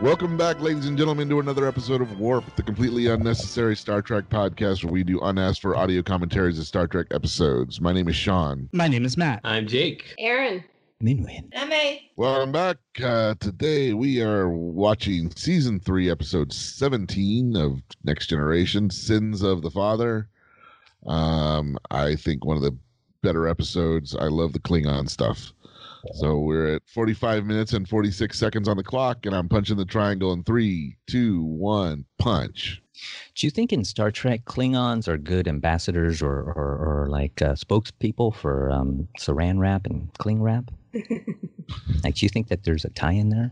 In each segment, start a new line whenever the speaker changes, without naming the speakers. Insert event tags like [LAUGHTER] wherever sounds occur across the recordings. Welcome back, ladies and gentlemen, to another episode of Warp, the completely unnecessary Star Trek podcast where we do unasked for audio commentaries of Star Trek episodes. My name is Sean.
My name is Matt.
I'm Jake.
Aaron.
Minwin.
MA.
Welcome back. Uh, today we are watching season three, episode 17 of Next Generation Sins of the Father. Um, I think one of the better episodes. I love the Klingon stuff. So we're at 45 minutes and 46 seconds on the clock, and I'm punching the triangle in three, two, one, punch.
Do you think in Star Trek Klingons are good ambassadors or or, or like uh, spokespeople for um, Saran wrap and Kling
[LAUGHS]
wrap? like, do you think that there's a tie in there?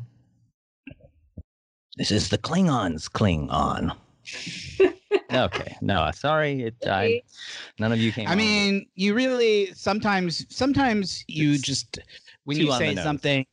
This is the Klingons Kling
[LAUGHS]
on. okay, no, uh, sorry, it, I, none of you came.
I
on with-
mean, you really sometimes sometimes you
It's
just when
too
you
on the
say
nose.
something.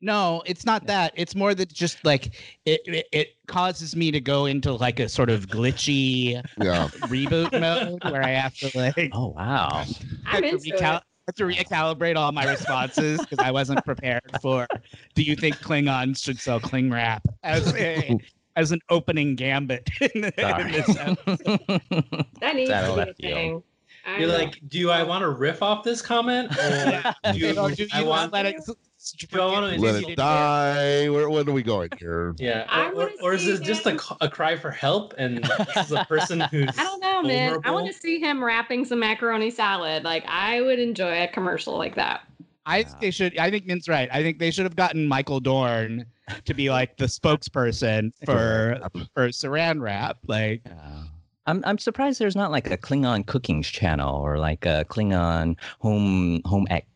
No, it's not that. It's more that just like it, it it causes me to go into like a sort of glitchy
Yeah.
[LAUGHS]
reboot mode where I have to like
oh
[LAUGHS]
wow,
I have
I'm
to
into
recal- I have to recalibrate all my responses because I wasn't prepared for. Do you think Klingons should sell Kling wrap as
[LAUGHS]
a, as an opening gambit? in this
Sorry.
episode?
[LAUGHS]
it. That needs
That'll
to
let
be
you.
a thing. I
You're
know.
like, do I want to riff off this comment?
[LAUGHS]
[LAUGHS] Or do,
You know, do you
I
not
want
let it?
do I wanna
Let it die. Where, where are we going
[LAUGHS]
here?
Yeah.
I
Or, or,
wanna
or is
see
this just a,
him-
c- a cry for help?
[LAUGHS]
And this is a person who's
I don't know, man. I
vulnerable?
want to see him wrapping some macaroni salad. Like, I would enjoy a commercial like that.
I think they should. I think Min's right. I think they should have gotten Michael Dorn to be like the spokesperson for for Saran Wrap. Like,
Yeah. I'm I'm surprised there's not like a Klingon cooking channel or like a Klingon home home ec,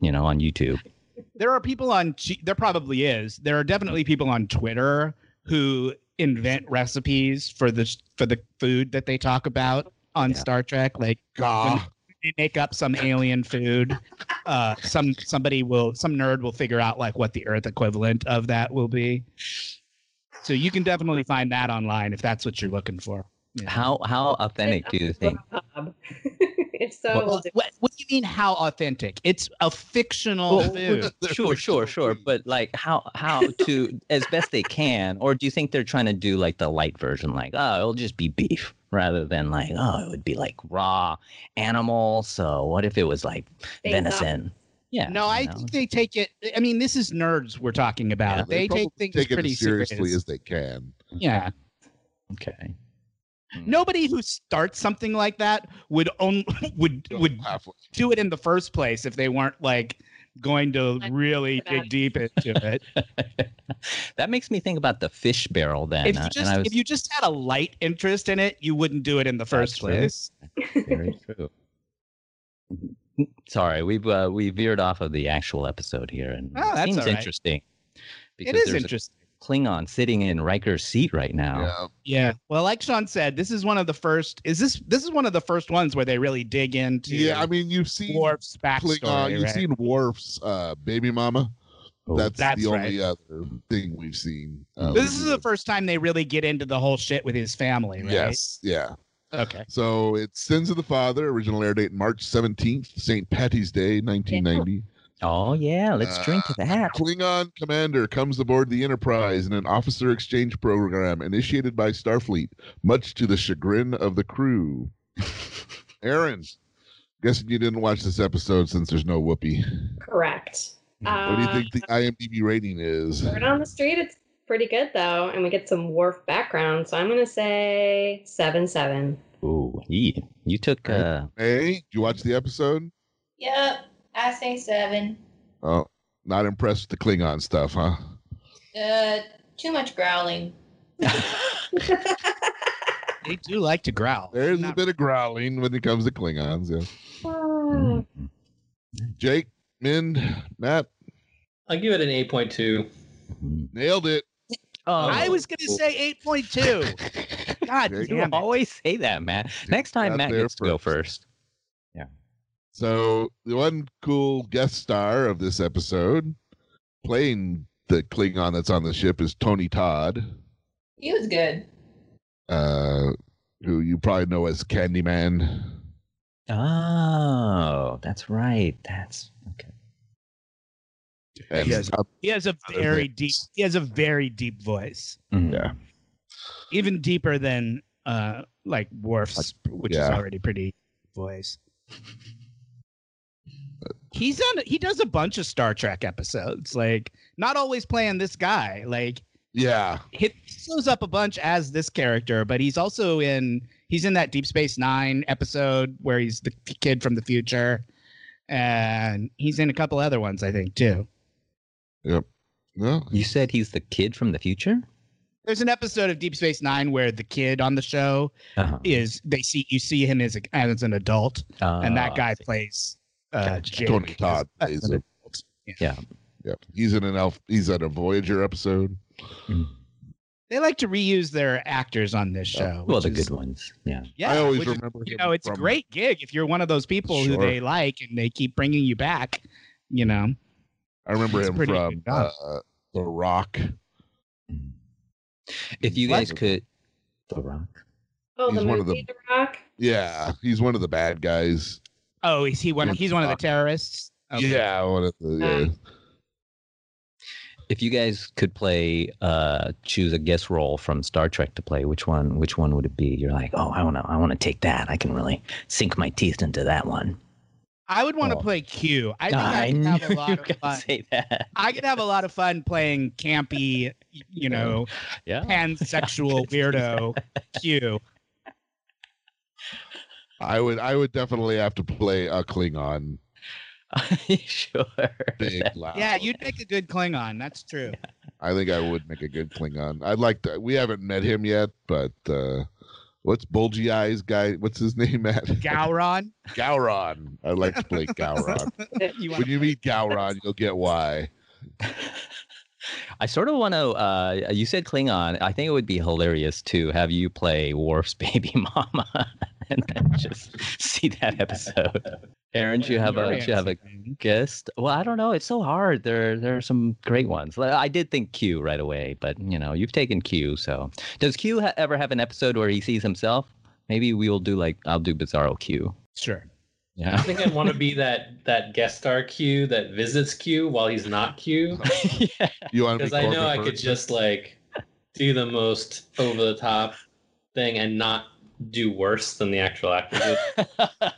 you know, on YouTube.
there are people on. G- There probably is. There are definitely people on Twitter who invent recipes for the for the food that they talk about on
Yeah.
Star Trek. Like,
Gah.
they make up some alien food. Uh, some somebody will some nerd will figure out like what the Earth equivalent of that will be. So you can definitely find that online if that's what you're looking for. Yeah.
How how authentic do you think?
Bob. [LAUGHS] if
Well,
so, we'll
What,
do it.
what, what do you mean? How authentic? It's a fictional
Well,
food.
Sure, sure, sure. But like how how to as best they can, or do you think they're trying to do like the light version, like, oh, it'll just be beef rather than like, oh, it would be like raw animal. So what if it was like
Things up.
venison? Yeah.
no, I
you know?
think they take it. I mean, this is nerds we're talking about.
Yeah,
they
probably
take things
take it
pretty
as seriously
serious.
as they can.
yeah.
okay. [LAUGHS]
Nobody who starts something like that would own [LAUGHS] would would
Halfway.
do it in the first place if they weren't like going to
I-
really
about
dig deep into it.
that makes me think about the fish barrel then.
if
uh,
you
and
just
I was-
if you just had a light interest in it, you wouldn't do it in the first
That's true.
place. [LAUGHS]
Very true. Sorry, we've uh, we veered off of the actual episode here, and
Oh, that's
it seems
all right.
interesting because
It is
there's
interesting.
a Klingon sitting in Riker's seat right now.
Yeah.
yeah. Well, like Sean said, this is one of the first. Is this this is one of the first ones where they really dig into
yeah, I mean, uh, you've seen
Worf's backstory?
Klingon- you've
right?
seen Worf's uh, baby mama.
Oh,
that's,
That's
the only other thing we've seen. Uh,
this is the
with-
first time they really get into the whole shit with his family, right?
Yes. Yeah.
Okay.
So it's Sins of the Father, original air date March 17th, St. Patty's Day, 1990.
oh yeah, let's drink
Ah.
to that.
Klingon commander comes aboard the Enterprise in an officer exchange program initiated by Starfleet, much to the chagrin of the crew. Aaron, guessing you didn't watch this episode since there's no whoopee.
Correct.
What do you
Uh,
think the IMDb rating is?
Word on the street, it's pretty good, though. And we get some wharf background. So I'm going to say 7 7.
Ooh, yeah. you took
Right.
uh,
Hey, did you watch the episode?
Yep, I say seven.
Oh, not impressed with the Klingon stuff, huh?
Uh, too much growling.
They do like to growl.
There's a
Not-
bit of growling when it comes to Klingons. Yeah.
Hmm.
mm,
Jake, Min, Matt,
I'll give it an 8.2.
mm.
nailed it.
oh,
I was gonna say eight
[LAUGHS]
point two. God
There you
you
damn it.
always say that, Matt. Next
got
time, Matt
there
gets to go first.
So the one cool guest star of this episode, playing the Klingon that's on the ship, is Tony Todd,
He was good.
uh, who you probably know as Candyman.
Oh, that's right. That's okay.
And
Yes.
uh,
He has a
Other
very deep.
things.
He has a very deep voice,
Mhm.
Yeah.
even deeper than uh like Worf's, which is
yeah.
already pretty voice. He's on. He does a bunch of Star Trek episodes, like not always playing this guy. Like
yeah,
he shows up a bunch as this character, but he's also in. He's in that Deep Space Nine episode where he's the kid from the future, and he's in a couple other ones, I think, too.
no,
You said he's the kid from the future?
There's an episode of Deep Space Nine where the kid on the show
Uh-huh.
is they see you see him as a, as an adult, and that
Uh,
guy plays uh, Jake.
Tony Todd
Uh,
is a,
Yeah.
yeah. He's in an elf. He's in a Voyager episode.
They like to reuse their actors on this show.
oh, Well,
which
the
is-
good ones. Yeah.
Yeah,
I always
which is-
remember.
you
him
know, it's a
from-
great gig if you're one of those people who
Sure.
they like and they keep bringing you back. You know,
I remember
It's
him
pretty
from
good
uh,
job.
The Rock.
If you
What?
guys could. The Rock.
Oh,
He's
the
one
movie
of
The Rock.
Yeah, he's one of the bad guys.
oh, is he one?
Yeah.
He's one of the terrorists. Okay.
Yeah, one of the. Yeah.
If you guys could play, uh, choose a guest role from Star Trek to play, which one? Which one would it be? You're like, oh, I want to, I want to take that. I can really sink my teeth into that one.
I would want to
Oh.
play Q. I think I, could have
knew [LAUGHS]
a
you
lot
were
of
gonna
fun.
say that. [LAUGHS]
I could have a lot of fun playing campy, you know,
Yeah. [LAUGHS]
pansexual weirdo Q.
I would. I would definitely have to play a Klingon.
sure.
Big
[LAUGHS]
loud.
Yeah, you'd make a good Klingon. That's true.
I think I would make a good Klingon. I'd like to. We haven't met him yet, but uh, what's Bulgy Eyes guy? What's his [LAUGHS] name at?
Gowron.
Gowron. I'd like to play
[LAUGHS]
Gowron.
You
when
want
you meet Gowron, you'll get why.
I sort of want to. Uh, you said Klingon. I think it would be hilarious to have you play Worf's [LAUGHS] baby mama, and then just see that episode. Aaron, do you have a do you have a guest? Well, I don't know. It's so hard. There there are some great ones. Like, I did think Q right away, but you know you've taken Q. So does Q ha- ever have an episode where he sees himself? Maybe we will do like I'll do Bizarro Q.
sure.
I
Yeah. [LAUGHS]
think I'd want to be that that guest star Q that visits Q while he's not Q,
yeah.
You want to
because
be
I know I
Corvus
could
First?
just like do the most over the top thing and not do worse than the actual actor
[LAUGHS]
did.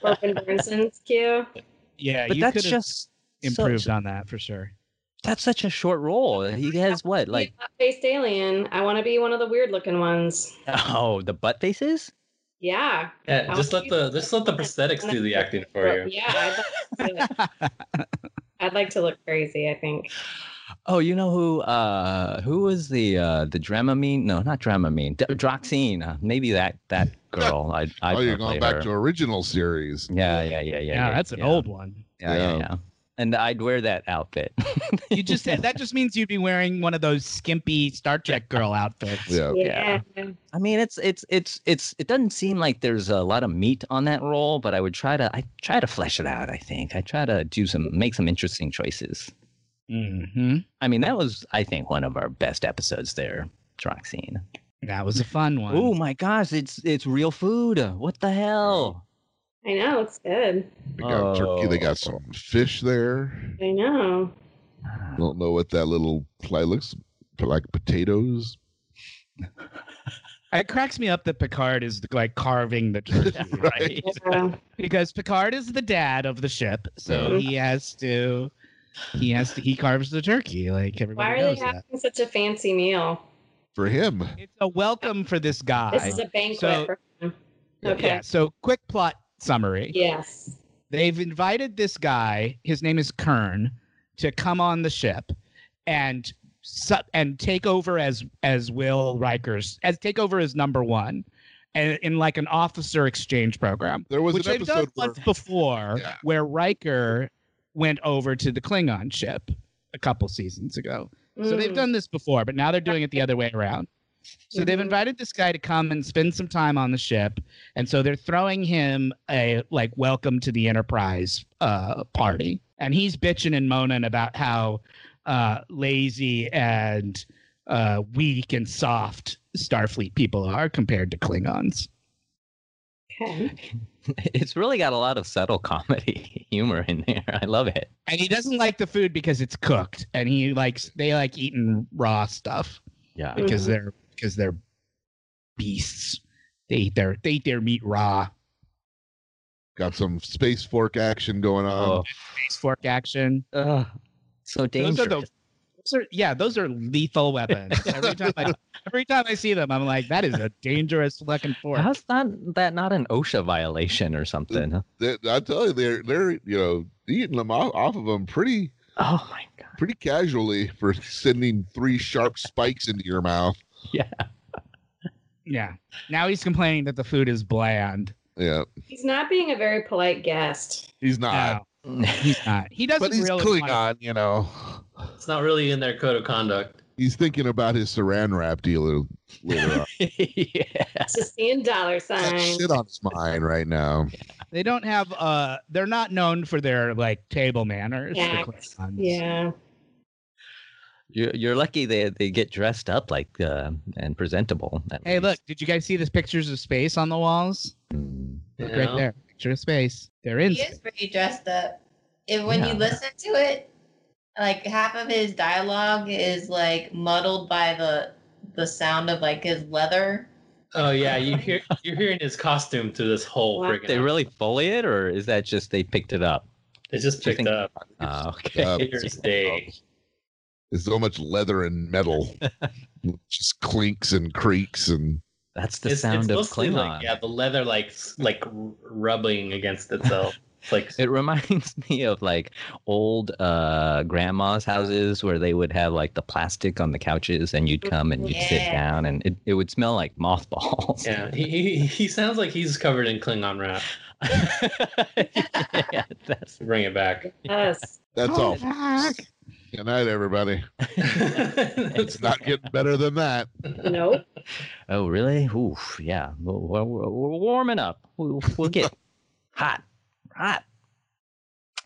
Corbin Burnson's Q.
Yeah,
But
you
that's
could have
just
improved
such-
on that for sure.
that's such a short role. He has what like
faced alien. I want to be one of the weird looking ones.
oh the butt faces.
Yeah.
Yeah, just let the just
[LAUGHS]
let the prosthetics do the acting for you.
Yeah. I'd like, to, I'd like to look crazy. I think.
Oh, you know who? Uh, who was the uh, the Dramamine? No, not Dramamine. D- Droxine. Uh, maybe that that girl. I
[LAUGHS]
I
oh, you're going back to original series.
Yeah, yeah, yeah, yeah.
Yeah,
yeah,
that's an
yeah.
old one.
Yeah, yeah,
Yeah.
yeah. And I'd wear that outfit. [LAUGHS]
You just that just means you'd be wearing one of those skimpy Star Trek girl outfits.
Oh, Yeah.
Yeah.
I mean, it's it's it's it's it doesn't seem like there's a lot of meat on that roll, but I would try to I try to flesh it out. I think I try to do some make some interesting choices.
hmm
I mean, that was I think one of our best episodes there, Droxine.
That was a fun one.
Oh my gosh, it's it's real food. What the hell?
I know. It's good.
They got turkey. They got some fish there.
I know.
Don't know what that little fly looks like. Potatoes.
It cracks me up that Picard is like
[LAUGHS]
carving the turkey
right.
Yeah.
because Picard is the dad of the ship, so
Yeah.
he has to. He has to. He carves the turkey like
Why
everybody
are they
knows that.
having such a fancy meal?
For him,
It's a welcome for this guy.
This is a banquet.
So-
for him. Okay.
Yeah. So, quick plot summary.
Yes.
they've invited this guy his name is kern to come on the ship and su- and take over as as will rikers as take over as number one and in like an officer exchange program
there was
which
an
they've done
episode where
once before
Yeah.
where riker went over to the klingon ship a couple seasons ago so they've
Mm.
done this before, but now they're doing it the other way around. So they've
Mhm.
invited this guy to come and spend some time on the ship, and so they're throwing him a like welcome to the Enterprise uh, party, and he's bitching and moaning about how uh, lazy and uh, weak and soft Starfleet people are compared to Klingons.
Okay.
[LAUGHS] It's really got a lot of subtle [LAUGHS] comedy humor in there. I love it.
And he doesn't like the food because it's cooked, and he likes they like eating raw stuff
Yeah.
because
Mhm.
they're because they're beasts. They eat their they eat their meat raw.
Got some space fork action going on.
Oh,
Face fork action.
ugh, so dangerous.
Those are the. Those are, yeah, those are lethal weapons. Every time I every time I see them, I'm like, that is a dangerous looking fork.
How's that that not an OSHA violation or something? huh?
They- I tell you, they're they're you know eating them off, off of them pretty
Oh my [LAUGHS] god.
pretty casually for sending three sharp spikes into your mouth.
Yeah. Now he's complaining that the food is bland.
Yeah,
He's not being a very polite guest.
he's not,
No, he's not. He doesn't
but he's
really.
Klingon,
wanna-
you know.
It's not really in their code of conduct.
He's thinking about his saran wrap dealer later on.
yeah.
It's just seeing dollar
Got
signs.
shit on his mind right now.
They don't have. Uh, they're not known for their like table manners. the
Yeah.
Klingons.
Yeah.
You're, you're lucky they, they get dressed up like uh, and presentable. at
Hey, look!
least.
Did you guys see this pictures of space on the walls?
Mm.
you
Look
know?
right there, picture of space. They're in.
He is pretty dressed up. If when
Yeah.
you listen to it, like half of his dialogue is like muddled by the the sound of like his leather.
Oh yeah, you hear you're hearing his costume through this whole
Wow.
freaking.
They really foley it, or is that just they picked it up?
They just
Do you
picked
think-
up.
Ah, okay.
Uh,
Here's day.
There's so much leather and metal, just clinks and creaks and
That's the
it's,
sound
it's
of
mostly
Klingon.
Like, yeah, the leather like s- like r- rubbing against itself. It's like
It [LAUGHS] reminds me of like old uh, grandma's houses where they would have like the plastic on the couches, and you'd come and you'd sit
Yeah.
down, and it, it would smell like mothballs.
yeah, he, he he sounds like he's covered in Klingon wrap.
[LAUGHS] yeah that's
Bring it back.
Yes.
Oh,
that's all.
Back.
Good night, everybody.
That's [LAUGHS]
[LAUGHS]
It's not getting better than that.
Nope.
Oh, really? Oof, yeah. We're, we're, we're warming up. We'll, we'll [LAUGHS] get hot, hot.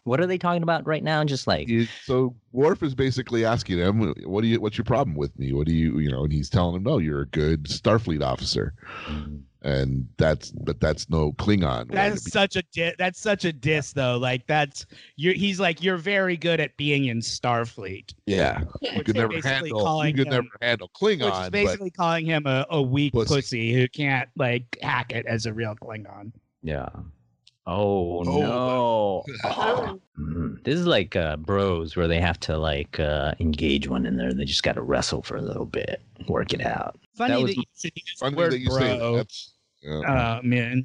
What are they talking about right now? Just like,
You- so Worf is basically asking him, "What do you? What's your problem with me? What do you? You know?" And he's telling him, "No, you're a good Starfleet officer." And that's, but that's no Klingon. way to
That's
be-
such a di- that's such a diss though. Like that's you. He's like you're very good at being in Starfleet.
yeah, you
Which
could
they're
never
basically
handle. You
calling
could
him-
never handle
Which is
Klingon. But
basically calling him a, a weak
Pussy.
pussy. who can't like hack it as a real Klingon.
yeah. Oh,
Oh,
no. Oh.
Um,
Mm. This is like uh, bros where they have to like uh, engage one another. They just got to wrestle for a little bit, work it out.
Funny
That
that,
was-
you should use the
funny
word
that you say that.
bro,
That's, yeah.
uh, man,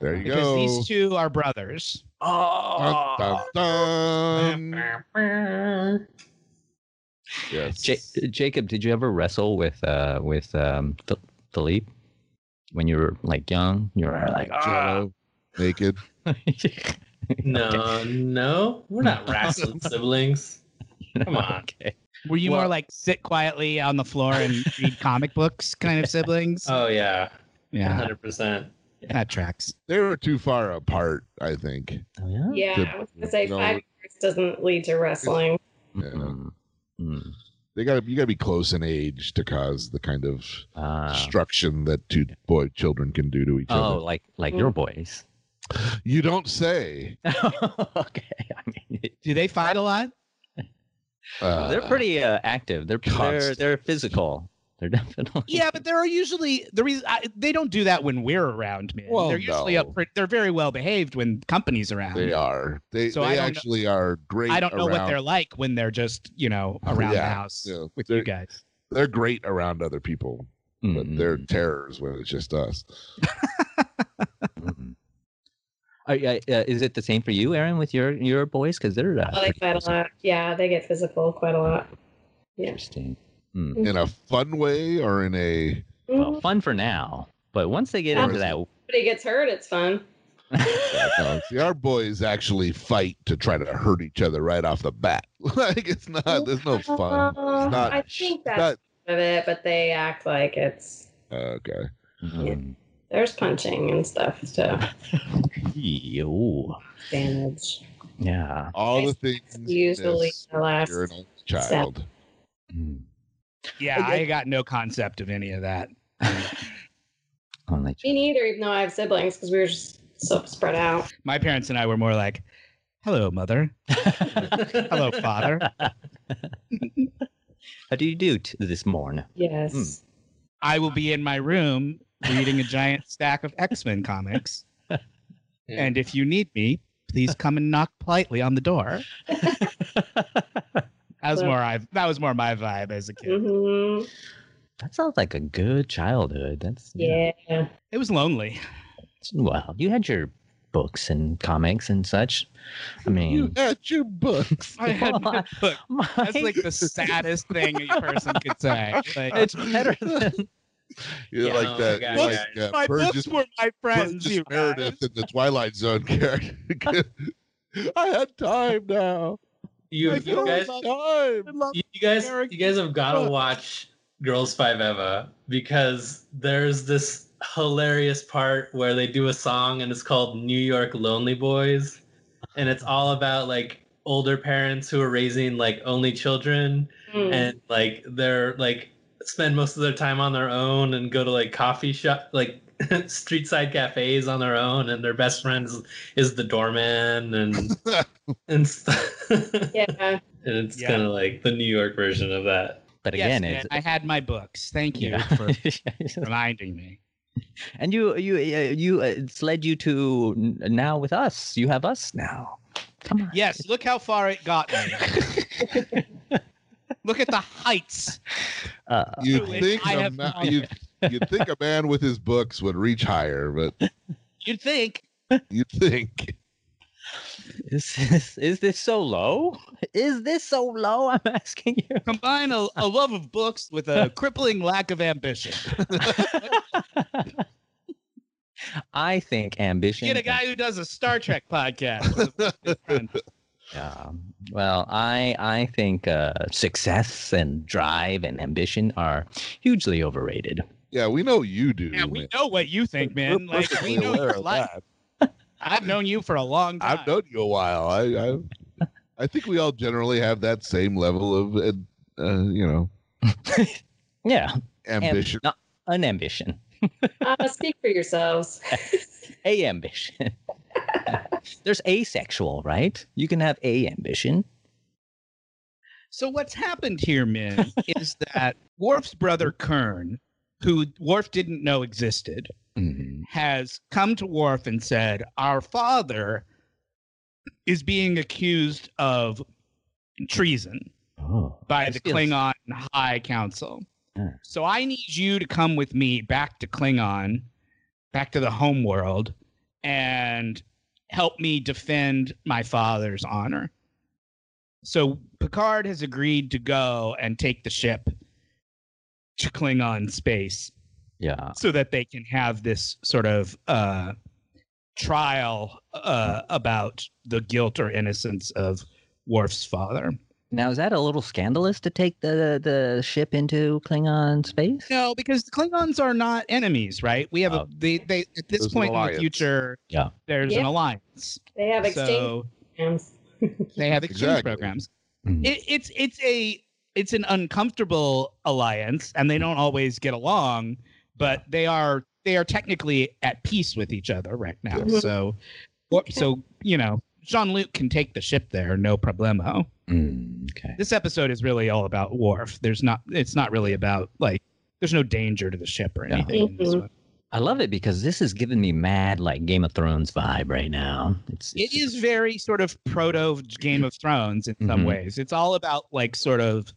there you
because
go.
these two are brothers.
Oh,
Dun, dun, dun. Mm. Yes.
Ja- Jacob, did you ever wrestle with uh, with um, Phil- Philippe when you were like young? You were like, ah.
Jello, naked.
[LAUGHS]
no, no, we're not wrestling siblings. Come on.
Okay.
Were you more
Well-
like sit quietly on the floor and
[LAUGHS]
read comic books kind of siblings?
Uh,
Oh yeah,
yeah,
hundred percent.
that tracks.
They were too far apart, I think.
Oh, yeah?
Yeah. I was gonna say
No.
five years doesn't lead to wrestling.
Yeah.
Mm. Mm.
They got to you got to be close in age to cause the kind of
Ah.
destruction that two boy children can do to each
oh, like like your boys. Oh.
other. You don't say.
[LAUGHS] okay. I mean, it-
Do they fight a lot?
Uh,
[LAUGHS] they're pretty uh, active. They're they're,
constant.
they're physical. They're definitely.
Yeah, but there are usually the reason I, they don't do that when we're around, man.
Well,
they're usually
no.
up. pre- They're very well behaved when company's around.
They are. They,
So I
they
don't know-
actually are great.
I don't know what
around-
they're like when they're just you know around the
Yeah,
house
yeah.
with
They're-
you guys.
They're great around other people, but
Mm,
they're
mm,
terrors when it's just us. mm-hmm.
mm. Are, uh, uh, is it the same for you, Aaron, with your your boys? Because they're uh,
Oh, they
pretty
fight a
physical.
lot. Yeah, they get physical quite a lot. yeah.
Interesting. Mm.
In a fun way or in a
Well,
Mhm.
fun for now, but once they get
Yeah.
into that,
But he gets hurt, it's fun.
No, see, our boys actually fight to try to hurt each other right off the bat. [LAUGHS] like it's not. There's no fun. It's
Uh,
not.
I think
it's
that's
not-
part of it, but they act like it's
okay. [LAUGHS]
Mm.
there's punching and stuff to
[LAUGHS] Ew.
damage.
yeah.
All the things.
Usually
yes,
the last
You're an only child.
Mm.
Yeah, I got no concept of any of that.
Only
Me neither, even though I have siblings, because we were just so spread out.
[LAUGHS] My parents and I were more like, "Hello, mother. Hello, father."
[LAUGHS] How do you do t- this morn?
Yes.
I will be in my room reading a giant stack of X Men comics.
Yeah.
And if you need me, please come and knock politely on the [LAUGHS] door. That was
Well-
more I, that was more my vibe as a kid.
hmm
That sounds like a good childhood. That's
Mm-hmm. Yeah.
It was lonely.
Well, you had your books and comics and such. I
You
mean,
at your books.
[LAUGHS] I
[LAUGHS]
had no book.
my-
That's
[LAUGHS]
like [LAUGHS] the saddest thing a person could say. Like,
it's [LAUGHS]
[LAUGHS]
better than
You're
Yeah,
like
oh
that.
my
you're
God,
like uh,
my
Burgess,
books were my friends.
Burgess
you
Meredith in the Twilight Zone [LAUGHS] character. I had time now.
[LAUGHS] You,
I
you guys,
had time.
you, you guys,
Eric
you guys have got to
Brooks.
watch Girls Five Eva because there's this hilarious part where they do a song and it's called New York Lonely Boys, and it's all about like older parents who are raising like only children
Mm.
and like they're like spend most of their time on their own and go to like coffee shop like [LAUGHS] street side cafes on their own and their best friend is, is the doorman and and [LAUGHS] stuff.
Yeah.
And it's
Yeah.
kind of like the New York version of that.
But
Yes,
again,
Dan,
it's
I had my books. Thank you for
yeah.
reminding me.
[LAUGHS] and you you uh, you uh, it's led you to n- now with us. You have us now. Come on.
Yes, look how far it got me. [LAUGHS] look at the heights.
Uh, [LAUGHS]
You
Truly,
think
I
a
have
ma-
gone.
you you'd think a man with his books would reach higher,
[LAUGHS]
but
You'd think.
you'd think
is this is this so low? Is this so low? I'm asking you.
Combine a, a love of books
[LAUGHS]
with a crippling lack of ambition.
I think ambition.
Get a guy who does a Star Trek
[LAUGHS]
podcast.
Yeah. Um, Well, I I think uh, success and drive and ambition are hugely overrated.
yeah, we know you do.
yeah, we
man.
know what you think,
We're
man. Like we
perfectly
know
aware
your
of
life.
that.
I've known you for a long time.
I've known you a while. I, I I think we all generally have that same level of uh, uh, you know
Yeah. Am-
ambition.
not an ambition.
Uh, speak for yourselves.
A ambition. [LAUGHS] There's asexual, right? You can have a ambition.
So what's happened here,
[LAUGHS]
Min, is that Worf's brother Kern, who Worf didn't know existed, Mm-hmm.
Mm.
has come to Worf and said, Our father is being accused of treason
Oh.
by
This
the
feels-
Klingon High Council.
Yeah.
So I need you to come with me back to Klingon, back to the home world, and help me defend my father's honor. So Picard has agreed to go and take the ship to Klingon space
Yeah.
so that they can have this sort of uh, trial uh, about the guilt or innocence of Worf's father.
Now is that a little scandalous to take the the ship into Klingon space?
No, because the Klingons are not enemies, right? We have a
Oh.
they they at this
There's an
point in the
alliance.
future,
Yeah.
there's an
Yeah.
alliance.
They have exchange
So
programs.
they have exchange
Exactly.
programs.
Mm.
It, it's it's a it's an uncomfortable alliance, and they don't always get along, but they are they are technically at peace with each other right now.
Yeah.
So, what- so you know, Jean Luc can take the ship there, no problemo.
Mm, okay.
This episode is really all about Worf. There's not it's not really about like there's no danger to the ship or
Yeah.
anything. In this
Mhm.
one.
I love it because this is giving me mad like Game of Thrones vibe right now. It's,
it
it's
is very sort of proto Game of Thrones in some
Mhm.
ways. It's all about like sort of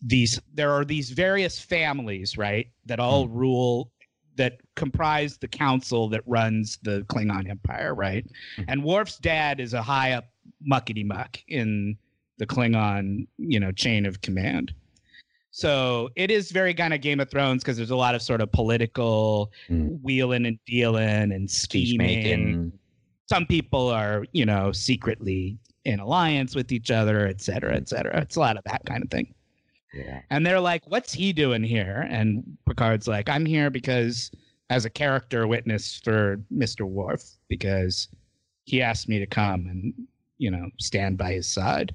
these. There are these various families, right, that all
Mm.
rule that comprise the council that runs the Klingon Empire, right?
Mhm.
And Worf's dad is a high up muckety muck in the Klingon, you know, chain of command. So it is very kind of Game of Thrones because there's a lot of sort of political
Mm.
wheeling and dealing and
speech
scheming
making.
some people are you know secretly in alliance with each other et cetera et cetera it's a lot of that kind of thing
Yeah.
and they're like what's he doing here and picard's like i'm here because as a character witness for mr Worf because he asked me to come and you know stand by his side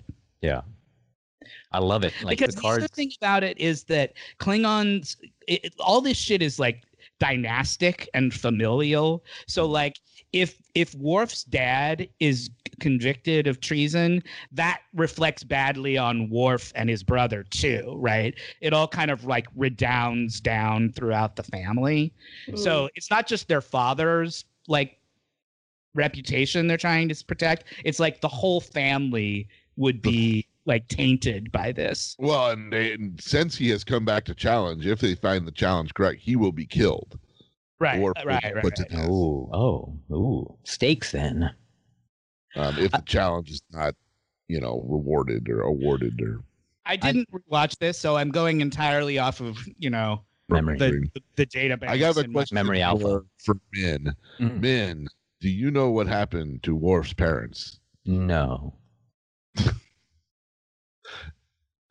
I love it. Like
because
the
the
cards.
other thing about it is that Klingons, it, it- all this shit is like dynastic and familial. So like if if Worf's dad is convicted of treason, that reflects badly on Worf and his brother too, right? It all kind of like redounds down throughout the family. So it's not just their father's like reputation they're trying to protect. It's like the whole family would be like tainted by this.
Well, and, they, and since he has come back to challenge, if they find the challenge correct, he will be killed.
Right.
Worf
right.
will be
Right.
put to
right.
death.
Oh, oh, ooh. Stakes then.
Um, if
Uh,
the challenge is not, you know, rewarded or awarded or
I didn't watch this, so I'm going entirely off of, you know,
Memory.
the, the, the database.
I got a
and my- Hmm.
question
Memory
for,
alpha.
for men.
Mm.
Men, do you know what happened to Worf's parents?
No.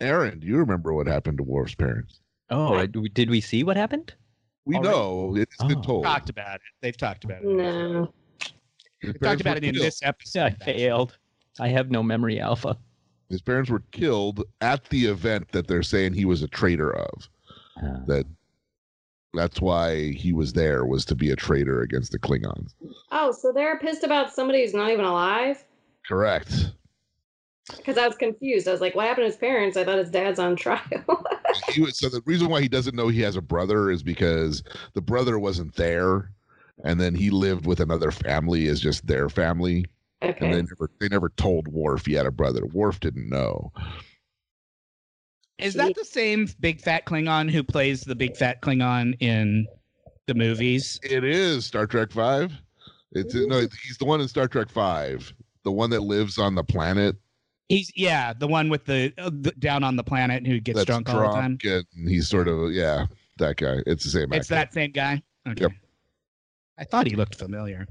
Aaron, do you remember what happened to Worf's parents?
Oh, I- did we see what happened?
We
Already?
know it's been
Oh.
told.
talked about it. They've talked about it.
Hmm. no.
His
Talked
parents
about
were
it in
killed.
this
I
episode.
failed. I have no memory alpha.
His parents were killed at the event that they're saying he was a traitor of.
Uh,
That that's why he was there was to be a traitor against the Klingons.
Oh, so they're pissed about somebody who's not even alive?
Correct.
Because I was confused. I was like, what happened to his parents? I thought his dad's on trial. [LAUGHS]
He was, so the reason why he doesn't know he has a brother is because the brother wasn't there, and then he lived with another family as just their family, and
[LAUGHS]
okay.
they never they never told Worf he had a brother. Worf didn't know.
Is that the same big fat Klingon who plays the big fat Klingon in the movies?
It is Star Trek Five. It's no, he's the one in Star Trek Five, the one that lives on the planet
He's yeah, the one with the, uh, the down on the planet who gets
that's
drunk, all the time.
and he's sort of yeah, that guy. It's the same.
It's
actor.
that same guy. Okay.
Yep.
I thought he looked familiar.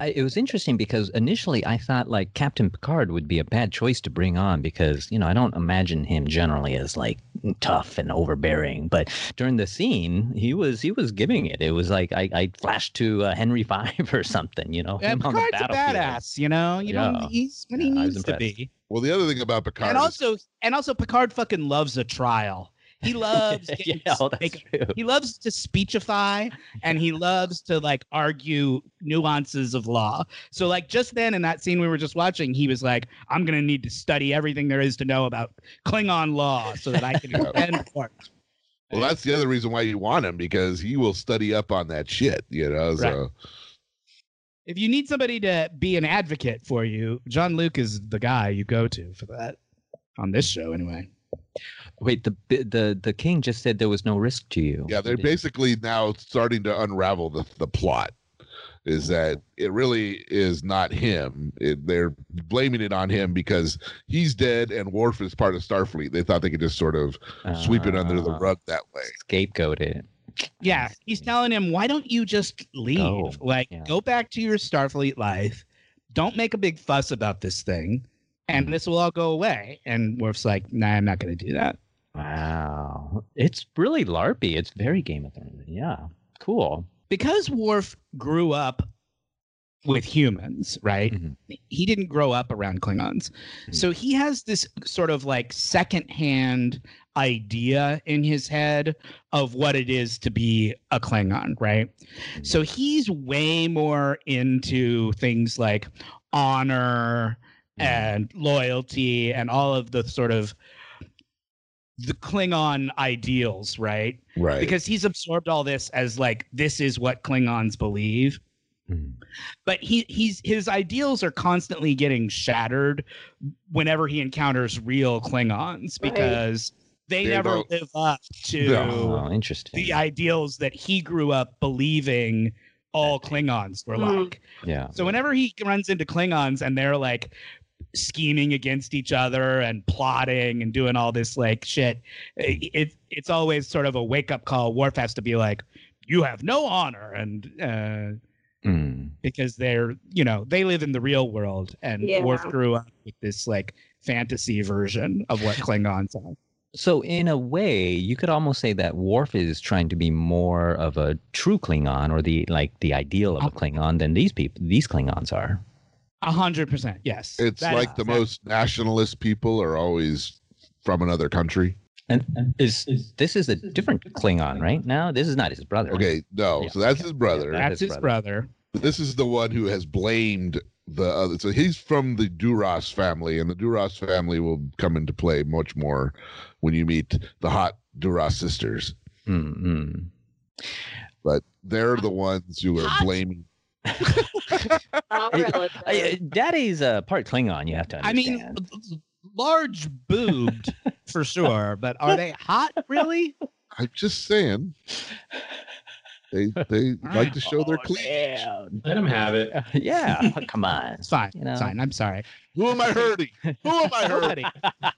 I, it was interesting because initially I thought like Captain Picard would be a bad choice to bring on because you know I don't imagine him generally as like tough and overbearing, but during the scene he was he was giving it. It was like I, I flashed to uh, Henry [LAUGHS] Five or something, you know,
Yeah,
him on the
Picard's a
battlefield.
badass, you know. You know
Yeah.
he's when
Yeah,
he
I was
needs to
impressed.
be.
Well, the other thing about Picard,
and
is-
also and also Picard fucking loves a trial.
[LAUGHS]
He loves getting
[LAUGHS] yeah, oh, that's
make-
true.
he loves to speechify and he loves to like argue nuances of law. So like just then in that scene we were just watching, he was like, "I'm gonna need to study everything there is to know about Klingon law so that I
[LAUGHS]
can
Yeah.
defend court."
well, that's the other reason why you want him because he will study up on that shit. You know, so
If you need somebody to be an advocate for you, John Luke is the guy you go to for that on this show anyway.
Wait, the bi- the the king just said there was no risk to you.
yeah, they're
He didn't-
basically now starting to unravel the the plot. Is
Oh,
that it? Really is not him. It, they're blaming it on him because he's dead and Worf is part of Starfleet. They thought they could just sort of sweep it under the
Ah,
rug that way.
Scapegoated.
Yeah, he's telling him, why don't you just leave?
Go,
Like,
yeah.
go back to your Starfleet life. Don't make a big fuss about this thing, and
Mm.
this will all go away. And Worf's like, nah, I'm not going to do that.
Wow. It's really LARPy. It's very Game of Thrones. Yeah. Cool.
Because Worf grew up with humans, right?
Mhm.
He didn't grow up around Klingons.
Mhm.
So he has this sort of like secondhand idea in his head of what it is to be a Klingon, right? So he's way more into things like honor
Mm-hmm. Uh,
and loyalty and all of the sort of the Klingon ideals, right?
Right.
Because he's absorbed all this as like this is what Klingons believe
Mm.
but he he's his ideals are constantly getting shattered whenever he encounters real Klingons
Right.
because they,
They
never
don't-
live up to
No.
Oh, interesting.
the uh, ideals that he grew up believing all Klingons were
Mm.
like.
yeah.
So whenever he runs into Klingons and they're like scheming against each other and plotting and doing all this like shit, it, it it's always sort of a wake up call. Worf has to be like, "You have no honor," and uh,
Mm.
because they're you know they live in the real world and
Yeah.
Worf grew up with this like fantasy version of what Klingons are.
So in a way, you could almost say that Worf is trying to be more of a true Klingon or the like the ideal of a Klingon than these people these Klingons are.
A hundred percent, yes.
It's
That is
like the
exact-
most nationalist people are always from another country.
And, and is, this is a different Klingon, right? No, this is not his brother.
Okay, no.
Yeah,
so that's
okay.
his brother.
Yeah,
That's his brother.
this is the one who has blamed the other. So he's from the Duras family, and the Duras family will come into play much more when you meet the hot Duras sisters.
Mm, Mm-mm.
But they're the ones who are
Hot?
blaming.
All
I-
relative.
I- uh, Daddy's uh, part Klingon. You have to.
I mean,
Understand.
l- l- large boobed for sure, but are they hot really?
I'm just saying. They they like to show
Oh,
their cleavage.
Let him have it.
[LAUGHS] yeah, oh, come on.
It's fine.
You know.
It's fine. I'm sorry.
Who am I hurting? Who am
[LAUGHS]
I hurting?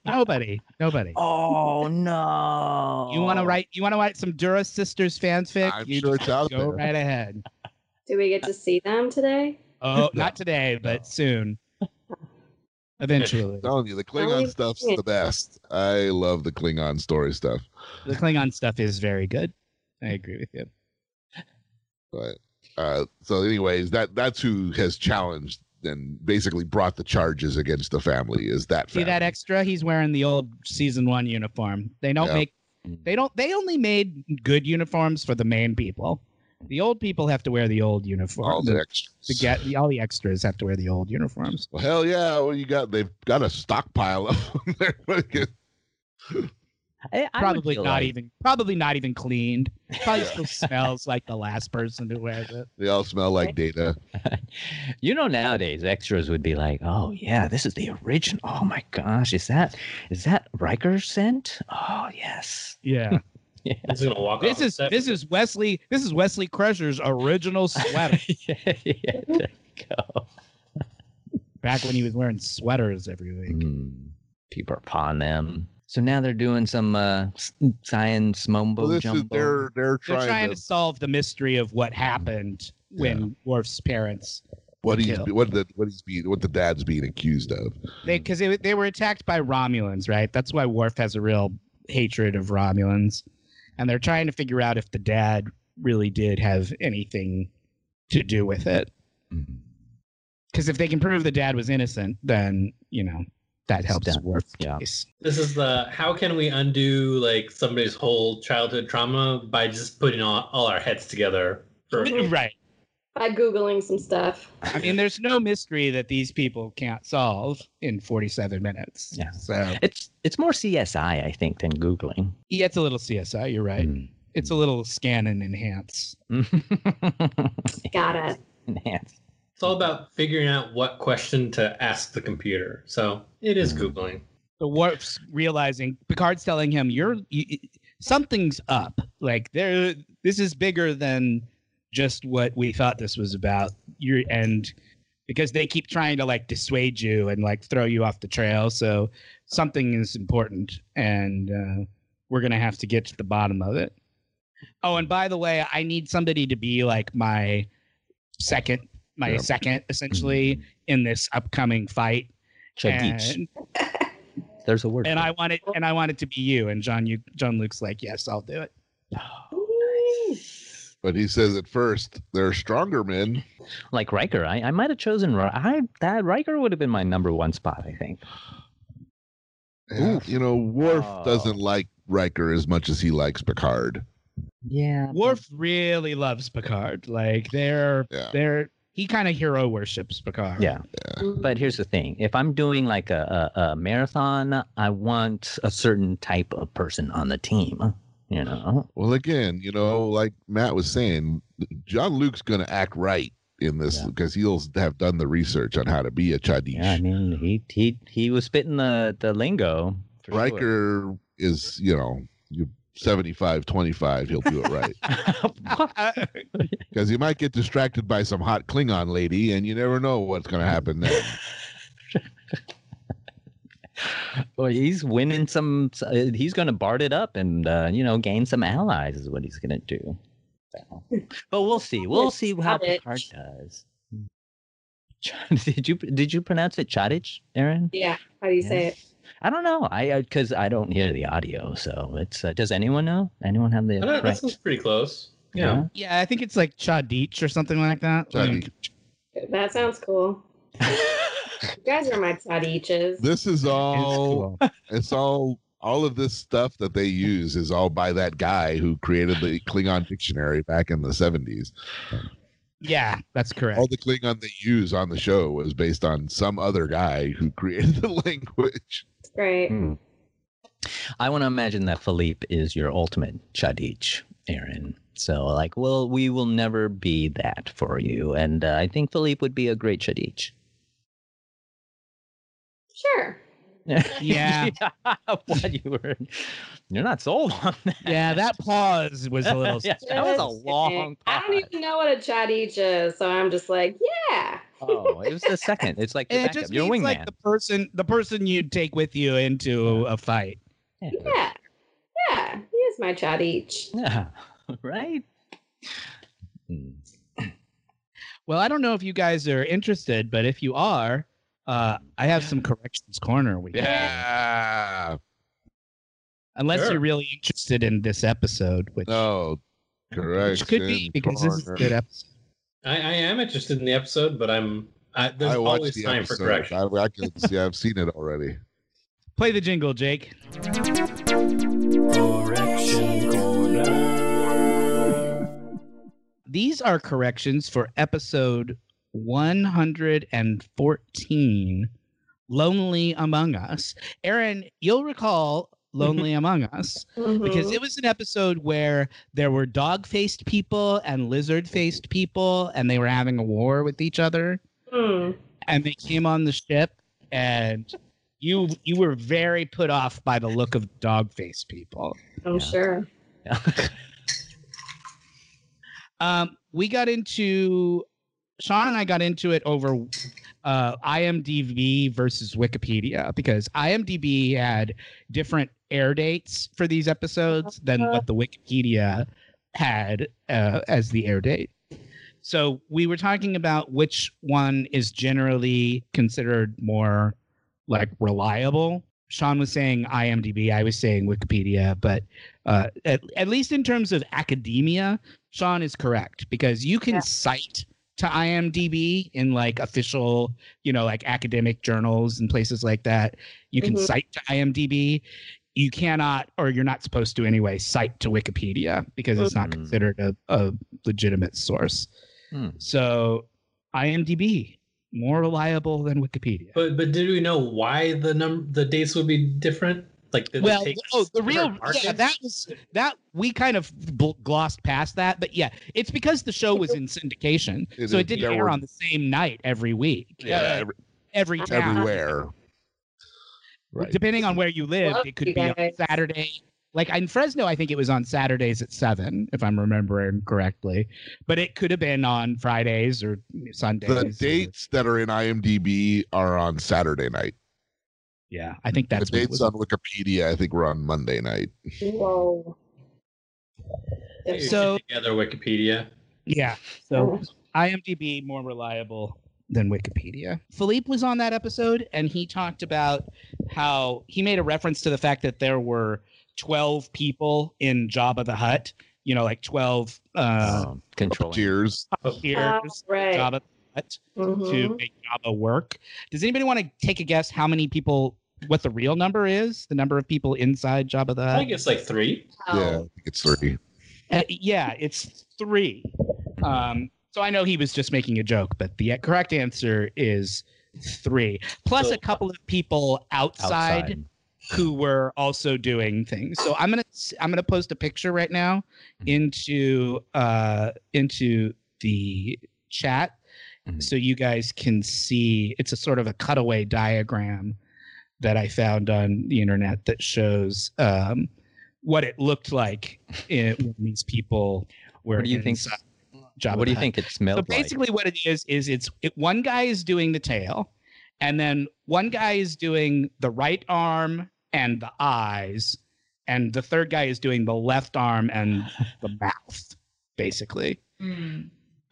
Nobody. nobody. Nobody.
[LAUGHS] Oh no!
You want to write? You want to write some Dura Sisters fanfic?
Oh. I'm
you
sure it's out
go
there.
right ahead.
Do we get to see them today?
[LAUGHS]
Oh, not today, but soon. Eventually,
I'm telling you, the Klingon stuff's the best. I love the Klingon story stuff.
the Klingon stuff is very good. I agree with you.
But uh, so, anyways, that that's who has challenged and basically brought the charges against the family. Is that
See
family.
that extra? He's wearing the old season one uniform. They don't
Yeah.
make. They don't. They only made good uniforms for the main people. The old people have to wear the old uniform.
all the extras?
to get the, all the extras have to wear the old uniforms.
Well, hell yeah! Well, you got they've got a stockpile of them. [LAUGHS] there. Look at-
I, I would
probably
feel
not
like-
even. Probably not even cleaned.
[LAUGHS]
Probably still smells like the last person to wear it.
they all smell like data.
you know, nowadays extras would be like, "Oh yeah, this is the original. Oh my gosh, is that is that Riker scent? Oh yes,
Yeah.
I'm just gonna walk
[LAUGHS] This
off the
is
set
this
with
is Wesley. This is Wesley Crusher's original sweater.
yeah, yeah, there you go."
back when he was wearing sweaters every week.
Mm, people are pawing them. So now they're doing some uh, s- science mumbo
Well, this
jumbo.
is they're they're
They're
trying,
trying, to, solve the mystery of what happened
Yeah.
when Worf's parents
what he's
kill.
what the what he's being what the dad's being accused of.
they
Mm.
because they, they were attacked by Romulans, right? That's why Worf has a real hatred of Romulans, and they're trying to figure out if the dad really did have anything to do with it.
Mhm.
Because if they can prove the dad was innocent, then you know that
It's
helps
done.
Worf's
Yeah.
case.
This is the how can we undo like somebody's whole childhood trauma by just putting all, all our heads together for
Right.
By Googling some stuff.
I mean, there's no mystery that these people can't solve in 47 minutes.
Yeah.
So
It's it's more CSI, I think, than Googling.
yeah, it's a little CSI. You're
Mm-hmm.
right. It's a little scan and enhance.
Hmm.
[LAUGHS]
Mm.
Got it.
Enhance.
it's all about figuring out what question to ask the computer. So it
Hmm.
is googling.
the warp's realizing Picard's telling him you're you, something's up. Like there, this is bigger than just what we thought this was about. You're and because they keep trying to like dissuade you and like throw you off the trail. So something is important, and uh, we're gonna have to get to the bottom of it. Oh, and by the way, I need somebody to be like my second, my
Yeah.
second essentially in this upcoming fight.
Chagich.
And-
There's a word.
and
for
I
it.
want it, and I want it to be you. And John, you, John Luke's like, yes, I'll do it.
But he says at first there are stronger men.
like Riker. I, I might have chosen. Ri- I that Riker would have been my number one spot. I think.
Yeah, you know, Worf
Oh.
doesn't like Riker as much as he likes Picard.
Yeah.
Worf really loves Picard. Like they're
Yeah.
they're he kind of hero worships Picard. [LAUGHS]
Yeah.
Mm-hmm.
But here's the thing: if I'm doing like a, a, a marathon, I want a certain type of person on the team. You know.
Well, again, you know,
Mm-hmm.
like Matt was saying, John Luke's going to act right in this
Yeah.
because he'll have done the research on how to be a Chadish.
Yeah. I mean, he he he was spitting the the lingo. for sure.
Riker is, you know, you 75 25, he'll do it
[LAUGHS]
right.
Uh,
Because he might get distracted by some hot Klingon lady, and you never know what's going to happen next.
well, he's winning some. uh, He's going to bart it up and uh, you know gain some allies is what he's going to do. So, but we'll see. We'll see how
Chadich.
Picard does. [LAUGHS] Ch- Did you did you pronounce it Chadich, Aaron?
Yeah. How do you say it?
Yes. I don't know. I because I don't hear the audio, so it's. Uh, does anyone know? Anyone have the
I don't know, that
correct?
sounds uh, pretty close. Yeah.
[LAUGHS]
yeah. I think it's like Chadich or something like that.
Chadich.
That sounds cool.
Yeah? [LAUGHS]
You guys are my tadiches.
Oh,
This is all, it's all all of this stuff that they use is all by that guy who created the Klingon dictionary back in the 70s.
Yeah, that's
[LAUGHS]
correct.
All the Klingon they use on the show was based on some other guy who created [LAUGHS] the language.
Great.
Hmm. I want to imagine that Philippe is your ultimate Chadich, Aaron. So, like, well, we will never be that for you. And uh, I think Philippe would be a great [LAUGHS] Chadich.
Sure.
Yeah.
[LAUGHS] what you were, you're not sold on that.
yeah, that pause was a little.
[LAUGHS] Yeah, that was a long
I don't
pause.
even know what a chadich is, so I'm just like, yeah.
Oh, it was the second. It's like your
And [LAUGHS] it
backup,
just
your
means
wingman.
like the person, the person you'd take with you into a fight.
yeah.
Yeah. Yeah. He is my chadich.
Yeah. [LAUGHS] right.
Uh,
Hmm.
Well, I don't know if you guys are interested, but if you are, uh, I have some corrections corner. We can-
Yeah.
unless
Sure.
you're really interested in this episode, which
No. Correct.
which could be because this is a good episode.
I, I am interested in the episode, but I'm I, there's
I watched
always
the
time for
episode.
correction.
I, I can see, I've seen it already.
Play the jingle, Jake. These are corrections for episode 114, Lonely Among Us. Aaron, you'll recall [LAUGHS] Lonely Among Us because
Mhm.
it was an episode where there were dog faced people and lizard faced people, and they were having a war with each other
Hmm.
and they came on the ship and you you were very put off by the look of dog face people
Yeah.
I'm sure.
um we got into sean and i got into it over uh imdb versus wikipedia because imdb had different air dates for these episodes than what the wikipedia had uh, as the air date so we were talking about which one is generally considered more like reliable. Sean was saying IMDb, I was saying Wikipedia, but uh, at, at least in terms of academia, Sean is correct because you can
Yeah.
cite to IMDb in like official, you know, like academic journals and places like that. You can
Mhm.
cite to IMDb. You cannot, or you're not supposed to anyway, cite to Wikipedia because it's not
Mm.
Mhm.
considered a, a legitimate source.
Hmm.
So IMDb more reliable than Wikipedia.
But but did we know why the num the dates would be different? Like did
well,
they take
oh, the real
different
yeah,
markets?
that was that we kind of bl- glossed past that, but yeah, it's because the show was in syndication,
It
so
is-
it didn't
there
air
were-
on the same night every week.
Yeah.
uh, every
every-
town.
everywhere. Right.
Depending on where you live,
Love
it could
you
be on
guys.
Saturday. Like in Fresno, I think it was on Saturdays at seven, if I'm remembering correctly, but it could have been on Fridays or Sundays.
the
or-
dates that are in IMDb are on Saturday night.
yeah, I think that's
the
what it
dates on
was.
Wikipedia, I think, were on Monday night.
Whoa.
Hey, get
so-
together Wikipedia.
Yeah. So
Oh.
IMDb more reliable than Wikipedia. Philippe was on that episode and he talked about how he made a reference to the fact that there were 12 people in Jabba the Hutt, you know, like 12 uh,
Um, controlling.
Cheers.
Oh,
peers,
right.
Jabba the Hutt, to
Mhm.
make Jabba work. Does anybody want to take a guess how many people, what the real number is? The number of people inside Jabba the
I
Hutt?
think it's like three.
Oh,
Yeah, I think it's three.
Uh, yeah, it's three. Um, so I know he was just making a joke, but the correct answer is three, plus
So-
a couple of people outside,
outside.
who were also doing things. So I'm gonna s- I'm gonna post a picture right now
Mm-hmm.
into uh, into the chat
Mhm.
so you guys can see. It's a sort of a cutaway diagram that I found on the internet that shows um, what it
[LAUGHS]
looked like in, when these people were.
What do you think?
inside Jabba
What do
the
you
Hutt.
think it
So
smelled like?
basically, what it is is it's it, one guy is doing the tail, and then one guy is doing the right arm and the eyes, and the third guy is doing the left arm and the
[LAUGHS]
mouth, basically.
Hmm.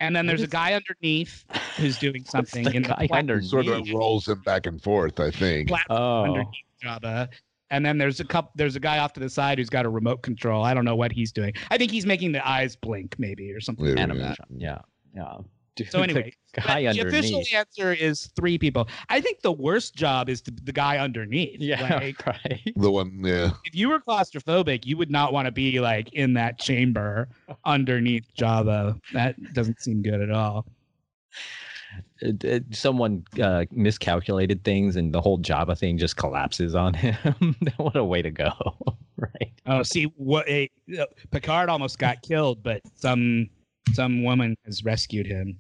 And then
What
there's a
is-
guy underneath who's doing something
the
in the
guy
flat,
under-
Sort of
Underneath.
rolls him back and forth, I think.
flat
Oh,
underneath Jabba. And then there's a couple. There's a guy off to the side who's got a remote control. I don't know what he's doing. I think he's making the eyes blink, maybe, or something.
Maybe.
like that.
[LAUGHS] animation. Yeah, yeah. Dude,
So anyway,
the
But
guy
the official [LAUGHS]
underneath.
answer is three people. I think the worst job is the, the guy underneath.
Yeah,
Like, [LAUGHS]
right.
The one, yeah.
if you were claustrophobic, you would not want to be like in
[LAUGHS]
that chamber underneath Java. That doesn't seem good at all.
It- it- someone uh, miscalculated things, and the whole Java thing just collapses on [LAUGHS] him. what a way to go, [LAUGHS] right?
Oh, see what a, Picard almost got killed, but some some woman has rescued him.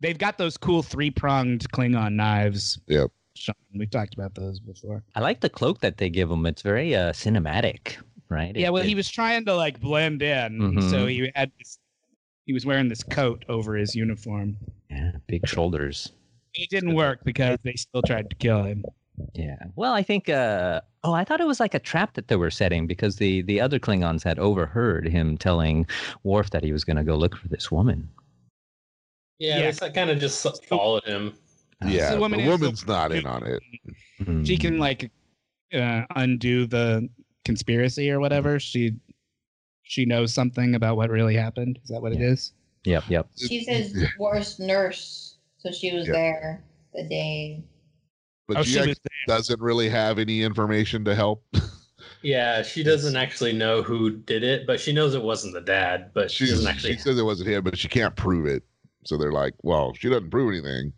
They've got those cool three pronged Klingon knives.
Yep.
Sean, We've talked about those before.
I like the cloak that they give him. It's very uh, cinematic, right?
yeah,
It-
well, he
it-
was trying to like blend in, so
Mhm.
he had this, he was wearing this coat over his uniform.
yeah, big shoulders.
It didn't work because they still tried to kill him.
Yeah. Well, I think. Uh, oh, I thought it was like a trap that they were setting because the the other Klingons had overheard him telling Worf that he was going to go look for this woman.
Yeah,
Yeah.
they kind of just followed him.
Yeah.
the
The,
woman is-
woman's not in on it.
She
Mm.
can like uh, undo the conspiracy or whatever. She she knows something about what really happened. Is that what it is?
Yep. Yep.
She's his
Yeah.
worst nurse, so she was
Yeah.
there the day.
But
oh,
she,
she
actually
was
doesn't really have any information to help.
Yeah, she doesn't actually know who did it, but she knows it wasn't the dad, but she
She,
doesn't
she
actually.
says it wasn't him, but she can't prove it. So they're like, well, she doesn't prove anything.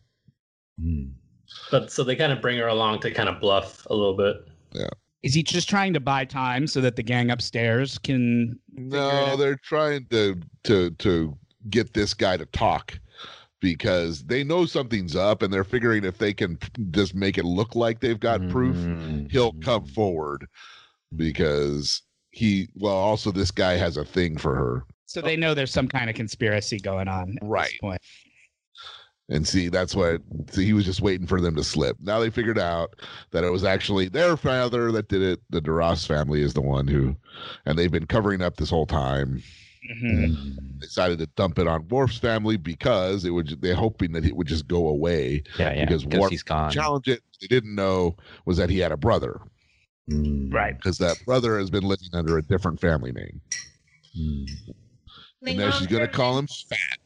Hmm.
Mm.
[LAUGHS] But so they kind of bring her along to kind of bluff a little bit. [LAUGHS]
Is he just trying to buy time so that the gang upstairs can? it
No,
out.
they're trying to to to get this guy to talk because they know something's up and they're figuring if they can just make it look like they've got
Mm-hmm.
proof,
Mm.
he'll come forward because he well also this guy has a thing for her.
So they know there's some kind of conspiracy going on. At This
Right.
point.
And see, that's what see, he was just waiting for them to slip. Now they figured out that it was actually their father that did it. The DeRoss family is the one who, and they've been covering up this whole time.
Mhm.
Mm.
Decided to dump it on Worf's family because it would. They're hoping that it would just go away.
Yeah. Yeah.
because
Because,
Worf
he's gone.
Challenge it. They didn't know was that he had a brother
Mm.
Right.
because that brother has been living under a different family name.
Mm.
And now she's gonna call him fat.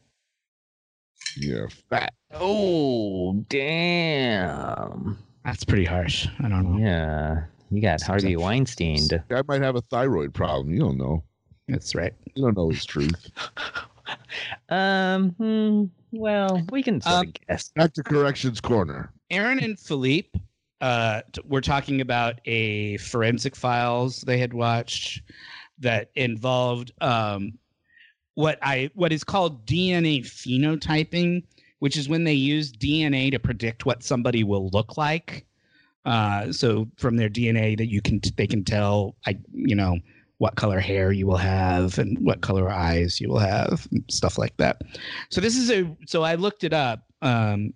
Yeah, fat.
Oh damn!
That's pretty harsh. I don't know.
Yeah, you got Harvey Weinstein.
Guy might have a thyroid problem. You don't know.
That's right.
You don't know his truth.
Um. hmm, well, we can sort
Um,
of guess.
Back to corrections corner.
Aaron and Philippe uh, t- were talking about a forensic files they had watched that involved um, what I what is called DNA phenotyping, which is when they use DNA to predict what somebody will look like. Uh, so from their DNA, that you can t- they can tell, I you know, what color hair you will have and what color eyes you will have, and stuff like that. So this is a so I looked it up. Um,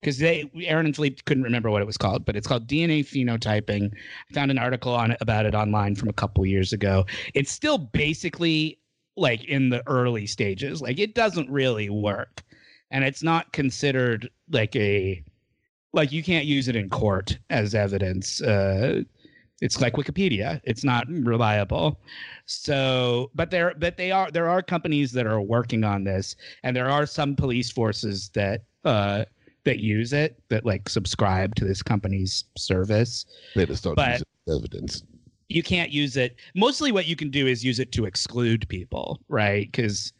because they Aaron and Philippe couldn't remember what it was called, but it's called DNA phenotyping. I found an article on it about it online from a couple years ago. It's still basically like in the early stages. Like it doesn't really work. And it's not considered like a like you can't use it in court as evidence. Uh it's like Wikipedia. It's not reliable. So, but there but they are there are companies that are working on this and there are some police forces that uh that use it that like subscribe to this company's service
They just don't
But-
use it as evidence.
you can't use it mostly what you can do is use it to exclude people right because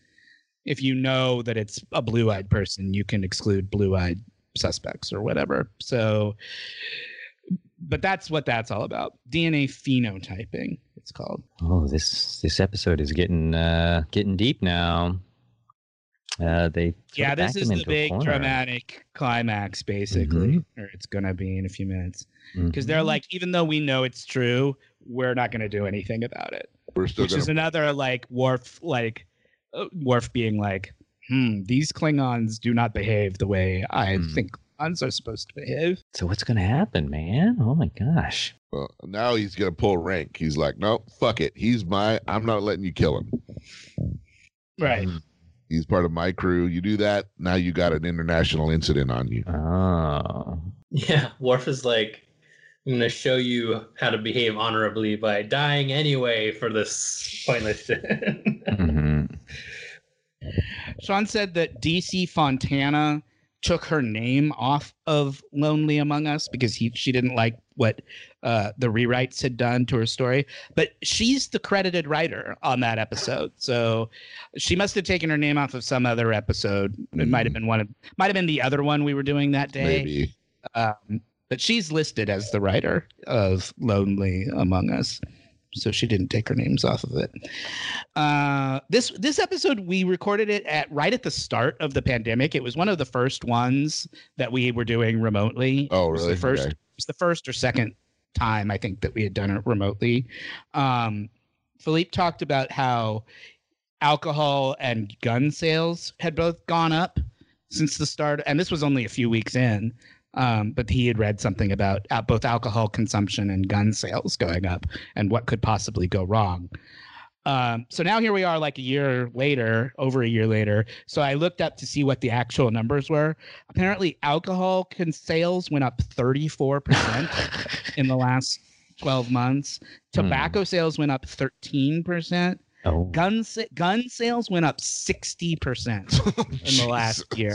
if you know that it's a blue-eyed person you can exclude blue-eyed suspects or whatever so but that's what that's all about dna phenotyping it's called
Oh, this this episode is getting uh getting deep now. Uh, they sort
yeah
of
this
back
is
him
the
into a
big
corner. Mm-hmm.
dramatic climax basically or it's gonna be in a few minutes because they're
Mhm.
like, even though we know it's true, we're not going to do anything about it.
We're still
Which
gonna
is another like Worf, like uh, Worf being like, "Hmm, these Klingons do not behave the way I
Hmm.
think Klingons are supposed to behave."
So what's gonna happen, man? Oh my gosh!
Well, now he's gonna pull rank. He's like, no, fuck it. He's my. I'm not letting you kill him.
Right.
Mm.
He's part of my crew. You do that, now you got an international incident on you.
Mm-hmm. Oh,
Yeah, Worf is like, I'm going to show you how to behave honorably by [LAUGHS]
Mm-hmm.
dying anyway for this pointless shit.
Mhm.
Sean said that DC Fontana took her name off of Lonely Among Us because he she didn't like what uh, the rewrites had done to her story. But she's the credited writer on that episode, so she must have taken her name off of some other episode. It might have been one of might have been the other one we were doing that day.
Maybe.
Um, but she's listed as the writer of Lonely Among Us. So she didn't take her names off of it. Uh, this this episode we recorded it at right at the start of the pandemic. It was one of the first ones that we were doing remotely.
Oh,
It was
really?
The first
Okay.
it was the first or second time I think that we had done it remotely. Um, Philippe talked about how alcohol and gun sales had both gone up since the start, and this was only a few weeks in. Um, but he had read something about uh, both alcohol consumption and gun sales going up, and what could possibly go wrong. Um, so now here we are, like a year later, over a year later. So I looked up to see what the actual numbers were. Apparently, alcohol can sales went up 34% in the last 12 months. Tobacco sales went up 13%.
Oh,
Gun, sa- gun sales went up 60%
[LAUGHS]
in the last year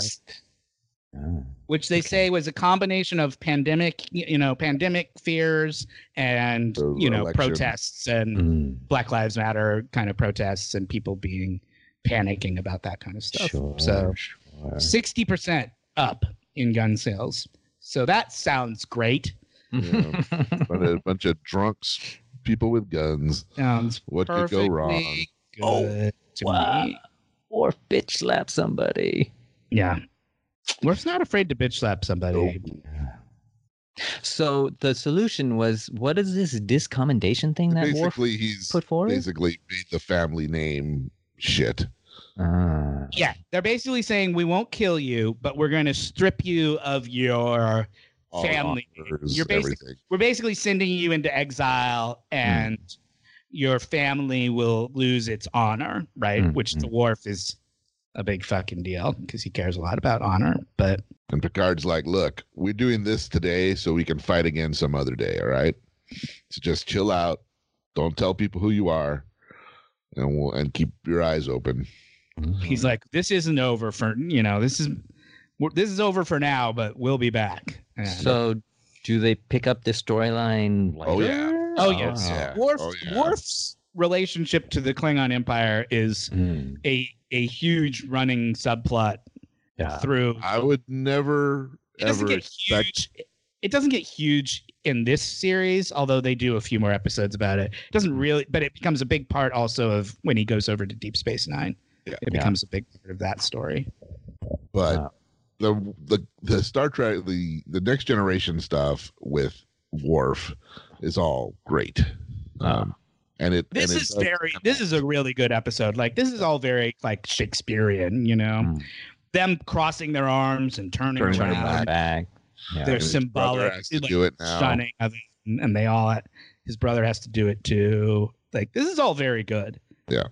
ah.
which they say was a combination of pandemic, y- you know, pandemic fears and
The
you know
Oh, election. Hmm.
protests and
Mm,
Black Lives Matter kind of protests and people being panicking about that kind of stuff.
sure,
so
sure.
sixty percent up in gun sales. So that sounds great.
Yeah. But
[LAUGHS]
a bunch of drunks, people with guns.
Sounds
What could go wrong?
perfectly Good
Oh,
to
wow.
me.
or bitch slap somebody.
Yeah. We're not afraid to bitch slap somebody.
Oh,
So the solution was what is this discommendation thing that Worf
Basically, he's
put forward?
basically made the family name shit.
Ah.
Yeah, they're basically saying we won't kill you, but we're going to strip you of your
All
Family name.
honors,
You're basic-
everything. Hmm.
we're basically sending you into exile and your family will lose its honor, right?
Hmm,
Mm,
Which the wharf is a big fucking deal because he cares a lot about honor. But
And Picard's like, look, we're doing this today so we can fight again some other day. All right. So just chill out. Don't tell people who you are. And we'll, and keep your eyes open. Hmm.
he's like, this isn't over for, you know, this is we're- this is over for now, but we'll be back.
Ah.
And
So do they pick up this storyline later? Ah.
Oh, yeah.
Oh, yes.
Yeah.
Worf,
Oh, yeah.
Worf's relationship to the Klingon Empire is
Mm,
a a huge running subplot
yeah.
through
I would never
it doesn't
ever
get
expect.
huge. It doesn't get huge in this series, although they do a few more episodes about it. It doesn't really, but it becomes a big part also of when he goes over to Deep Space Nine.
Yeah.
It
Yeah.
becomes a big part of that story.
but
Wow.
the the the Star Trek the the next generation stuff with Worf is all great. Um, and it
This
and it
is
does-
very, this is a really good episode. Like, this is all very, like, Shakespearean, you know?
Mm.
Them crossing their arms and turning,
Turning
Turn
Turn
it
it
around.
back. Yeah.
They're
and his brother
symbolic.
has to
like,
do it now.
stunning of it, and they all his brother has to do it too like this is all very good
Yeah.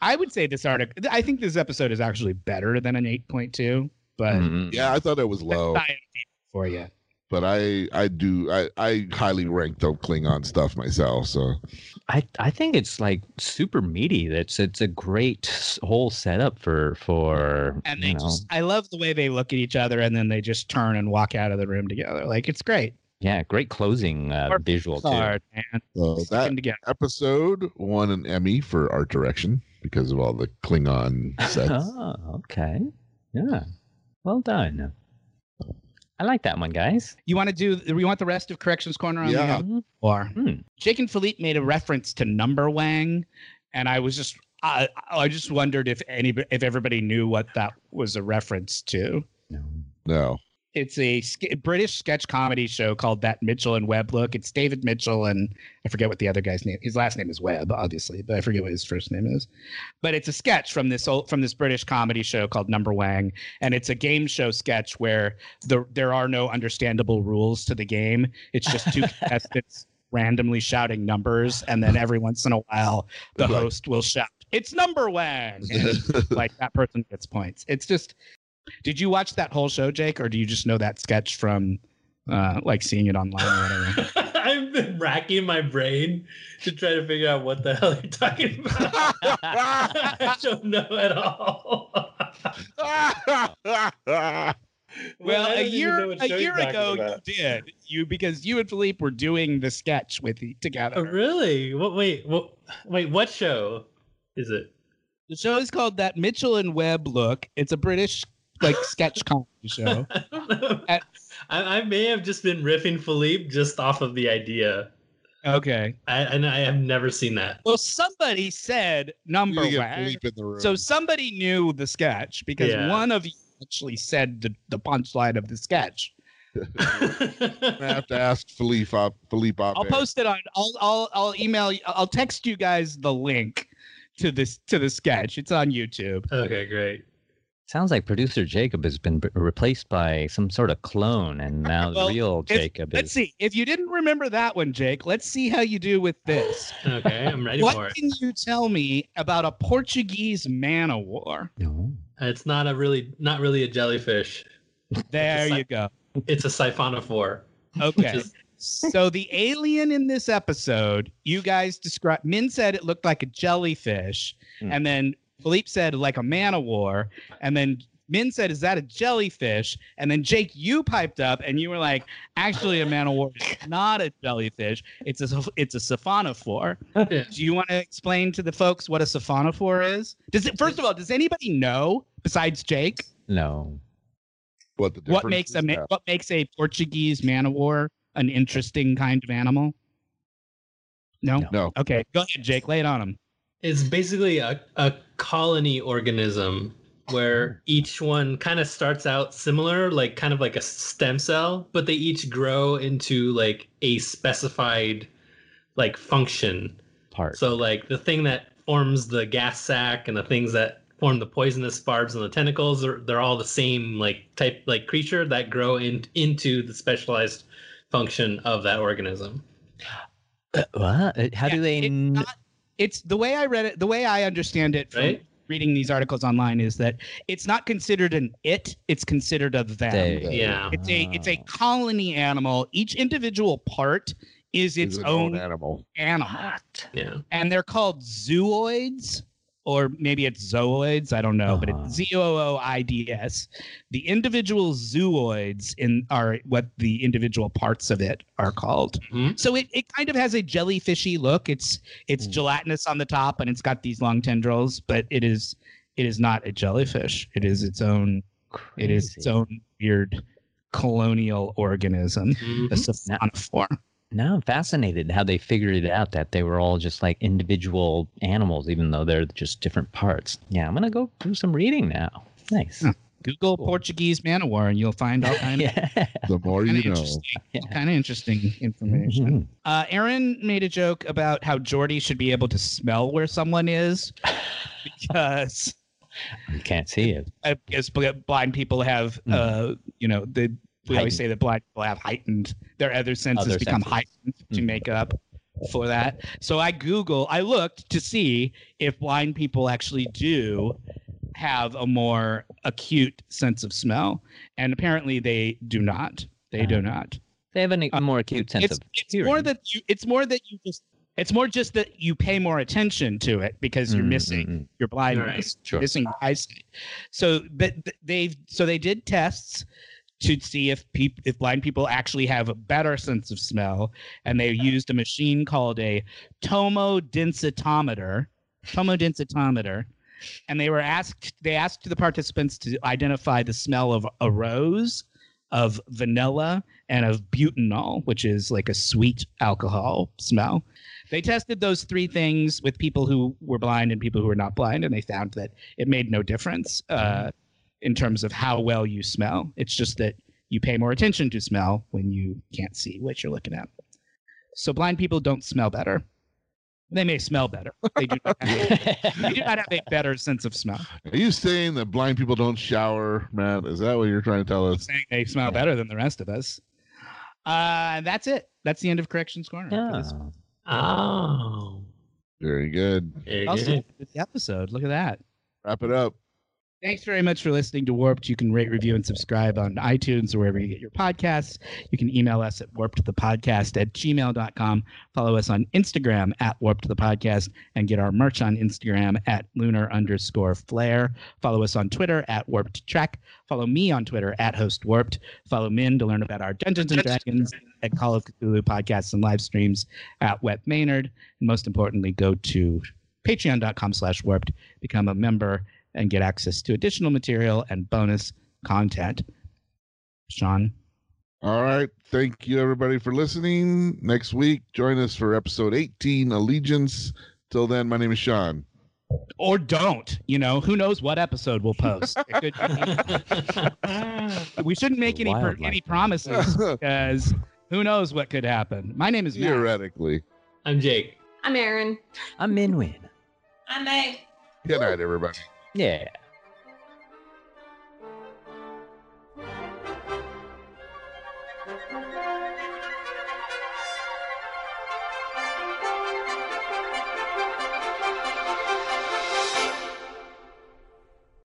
i would say this article i think this episode is actually better than an 8.2 but
Mm.
Yeah, I thought it was
that's
Mm-hmm. low,
not IMDb for you
but I I do I I highly rank the Klingon stuff myself. So
I, I think it's like super meaty. That's it's a great s- whole setup for for
and they
you know
just i love the way they look at each other and then they just turn and walk out of the room together like it's great
yeah great closing uh,
Or
visual too.
Hard, man.
so that
Sticking together.
episode won an Emmy for art direction because of all the Klingon
[LAUGHS]
sets.
[LAUGHS] Oh, okay, yeah, well done. I like that one, guys.
you want to do we want the rest of corrections corner on the
Yeah.
Mhm.
or
Hmm.
Jake and Philippe made a reference to number wang, and I was just I I just wondered if any if everybody knew what that was a reference to.
No.
no,
It's a ske- British sketch comedy show called That Mitchell and Webb Look. It's David Mitchell and I forget what the other guy's name. His last name is Webb, obviously, but I forget what his first name is. But it's a sketch from this old from this British comedy show called Number Wang, and it's a game show sketch where the there are no understandable rules to the game. It's just two contestants randomly shouting numbers, and then every once in a while, the
Right.
host will shout, "It's Number Wang!" And, like that person gets points. It's just. Did you watch that whole show, Jake, or do you just know that sketch from, uh, like seeing it online or whatever?
I'm, been racking my brain to try to figure out what the hell you're talking about. [LAUGHS] I don't know at all.
[LAUGHS]
[LAUGHS]
Well,
I
a
don't even know
year
what
a
show you're
year
talking
ago
about.
you did you because you and Philippe were doing the sketch with the, together.
Oh, really? What? Wait, what, wait. What show is it? [LAUGHS]
The show is called That Mitchell and Webb Look. It's a British like sketch [LAUGHS] comedy show.
I don't know.
At-
I, I may have just been riffing Philippe just off of the idea.
Okay.
I and I have never seen that. [LAUGHS]
Well, somebody said
[LAUGHS] You
number
need to get
one.
Philippe in the room.
So somebody knew the sketch because
Yeah.
one of you actually said the, the punchline of the sketch.
I have to ask Philippe. Op, Philippe
I'll
Op
post it on. I'll I'll I'll email. you- I'll text you guys the link to this to the sketch. It's on YouTube.
okay, great.
Sounds like producer Jacob has been b- replaced by some sort of clone,
[LAUGHS]
and now
Well,
the real
if-
Jacob
Let's
is.
see if you didn't remember that one, Jake. Let's see how you do with this.
Okay, I'm ready for
What
it.
can you tell me about a Portuguese man of war?
No.
It's not a really, not really a jellyfish.
There you go.
It's a siphonophore.
Okay.
Just-
so the alien in this episode, you guys described. Min said it looked like a jellyfish,
Hmm.
and then Philippe said like a man of war, and then Min said, "Is that a jellyfish?" And then Jake, you piped up, and you were like, "Actually, a man of war is not a jellyfish. It's a it's a siphonophore."
Yeah.
Do you want to explain to the folks what a siphonophore is? Does it first of all? Does anybody know besides Jake
No.
What, the
what makes a
difference is
ma-
now.
what makes a Portuguese man of war an interesting kind of animal? No?
No.
No.
Okay, go ahead, Jake. Lay it on him.
It's basically a, a colony organism where each one kind of starts out similar, like kind of like a stem cell, but they each grow into like a specified like function.
Part.
So like the thing that forms the gas sac and the things that form the poisonous barbs and the tentacles are they're all the same like type like creature that grow in, into the specialized function of that organism.
Uh, what? Uh, How
Yeah,
do they?
it's
kn-
not- It's the way I read it. The way I understand it from
Right?
reading these articles online is that it's not considered an it. It's considered a them.
they-
Yeah.
Yeah.
It's a it's a
Ah.
colony animal. Each individual part is its
It's an
own [LAUGHS]
animal.
animal,
Yeah.
and they're called zooids, or maybe it's zooids. I don't know, but
Uh-huh.
it's Z O O I D S. The individual zooids in are what the individual parts of it are called.
Mhm.
So it, it kind of has a jellyfishy look. It's it's
Mm-hmm. Mm.
gelatinous on the top, and it's got these long tendrils, but it is it is not a jellyfish. It is its own it is its
Crazy.
own weird colonial organism.
Mm-hmm.
Mhm.
A siphonophore.
Now I'm fascinated how they figured it out that they were all just like individual animals, even though they're just different parts. Yeah, I'm gonna go do some reading now. Nice.
Huh. Google Portuguese man of war and you'll find all kind of,
[LAUGHS] yeah.
The more
kind
you
of
know.
[LAUGHS] interesting,
Yeah.
kind of interesting information.
Mhm.
Uh, Aaron made a joke about how Jordy should be able to smell where someone is because
[LAUGHS] You can't see it.
I guess bl- blind people have,
Mm.
uh, you know, they, we always say that blind people have heightened their other senses
Other
become
senses.
heightened to
Mm.
make up for that. So I Google, I looked to see if blind people actually do have a more acute sense of smell, and apparently they do not. They do
Ah.
not.
They have an, a
Uh,
more acute sense
It's,
of
it's
hearing.
more that you. It's more that you just. It's more just that you pay more attention to it because you're
Mm,
missing
mm, mm.
your blindness,
Sure.
missing your eyesight. So, but th- they've so they did tests to see if peop- if blind people actually have a better sense of smell, and they used a machine called a tomodensitometer, tomodensitometer, and they were asked they asked the participants to identify the smell of a rose, of vanilla, and of butanol, which is like a sweet alcohol smell. They tested those three things with people who were blind and people who were not blind, and they found that it made no difference uh, in terms of how well you smell. It's just that you pay more attention to smell when you can't see what you're looking at. So blind people don't smell better. They may smell better. They do not have, [LAUGHS]
Mm. [LAUGHS]
they do not have a better sense of smell.
Are you saying that blind people don't shower, Matt? Is that what you're trying to tell us?
Saying they smell better than the rest of us. Uh, and that's it. That's the end of Corrections Corner. for this
Yeah.
Oh.
Very good.
Very
Also,
Oh. good.
the episode. Look at that.
Wrap it up.
Thanks very much for listening to Warped. You can rate, review, and subscribe on iTunes or wherever you get your podcasts. You can email us at warpedthepodcast at gmail.com. Follow us on Instagram at warpedthepodcast and get our merch on Instagram at lunar underscore flare. Follow us on Twitter at warped track. Follow me on Twitter at host warped. Follow Min to learn about our Dungeons and Dragons at Call of Cthulhu podcasts and live streams at Wet Maynard. And most importantly, go to patreon.com slash warped, become a member and get access to additional material and bonus content. Sean,
All right. Thank you, everybody, for listening. Next week, join us for episode 18 Allegiance. Till then, my name is Sean.
or don't, you know, who knows what episode we'll post. It could- we shouldn't make any per,
Wildlife.
any promises because who knows what could happen. My name is
[LAUGHS]
Matt.
Theoretically.
I'm Jake.
I'm Aaron.
I'm Minwin.
I might
Good night, everybody.
Yeah.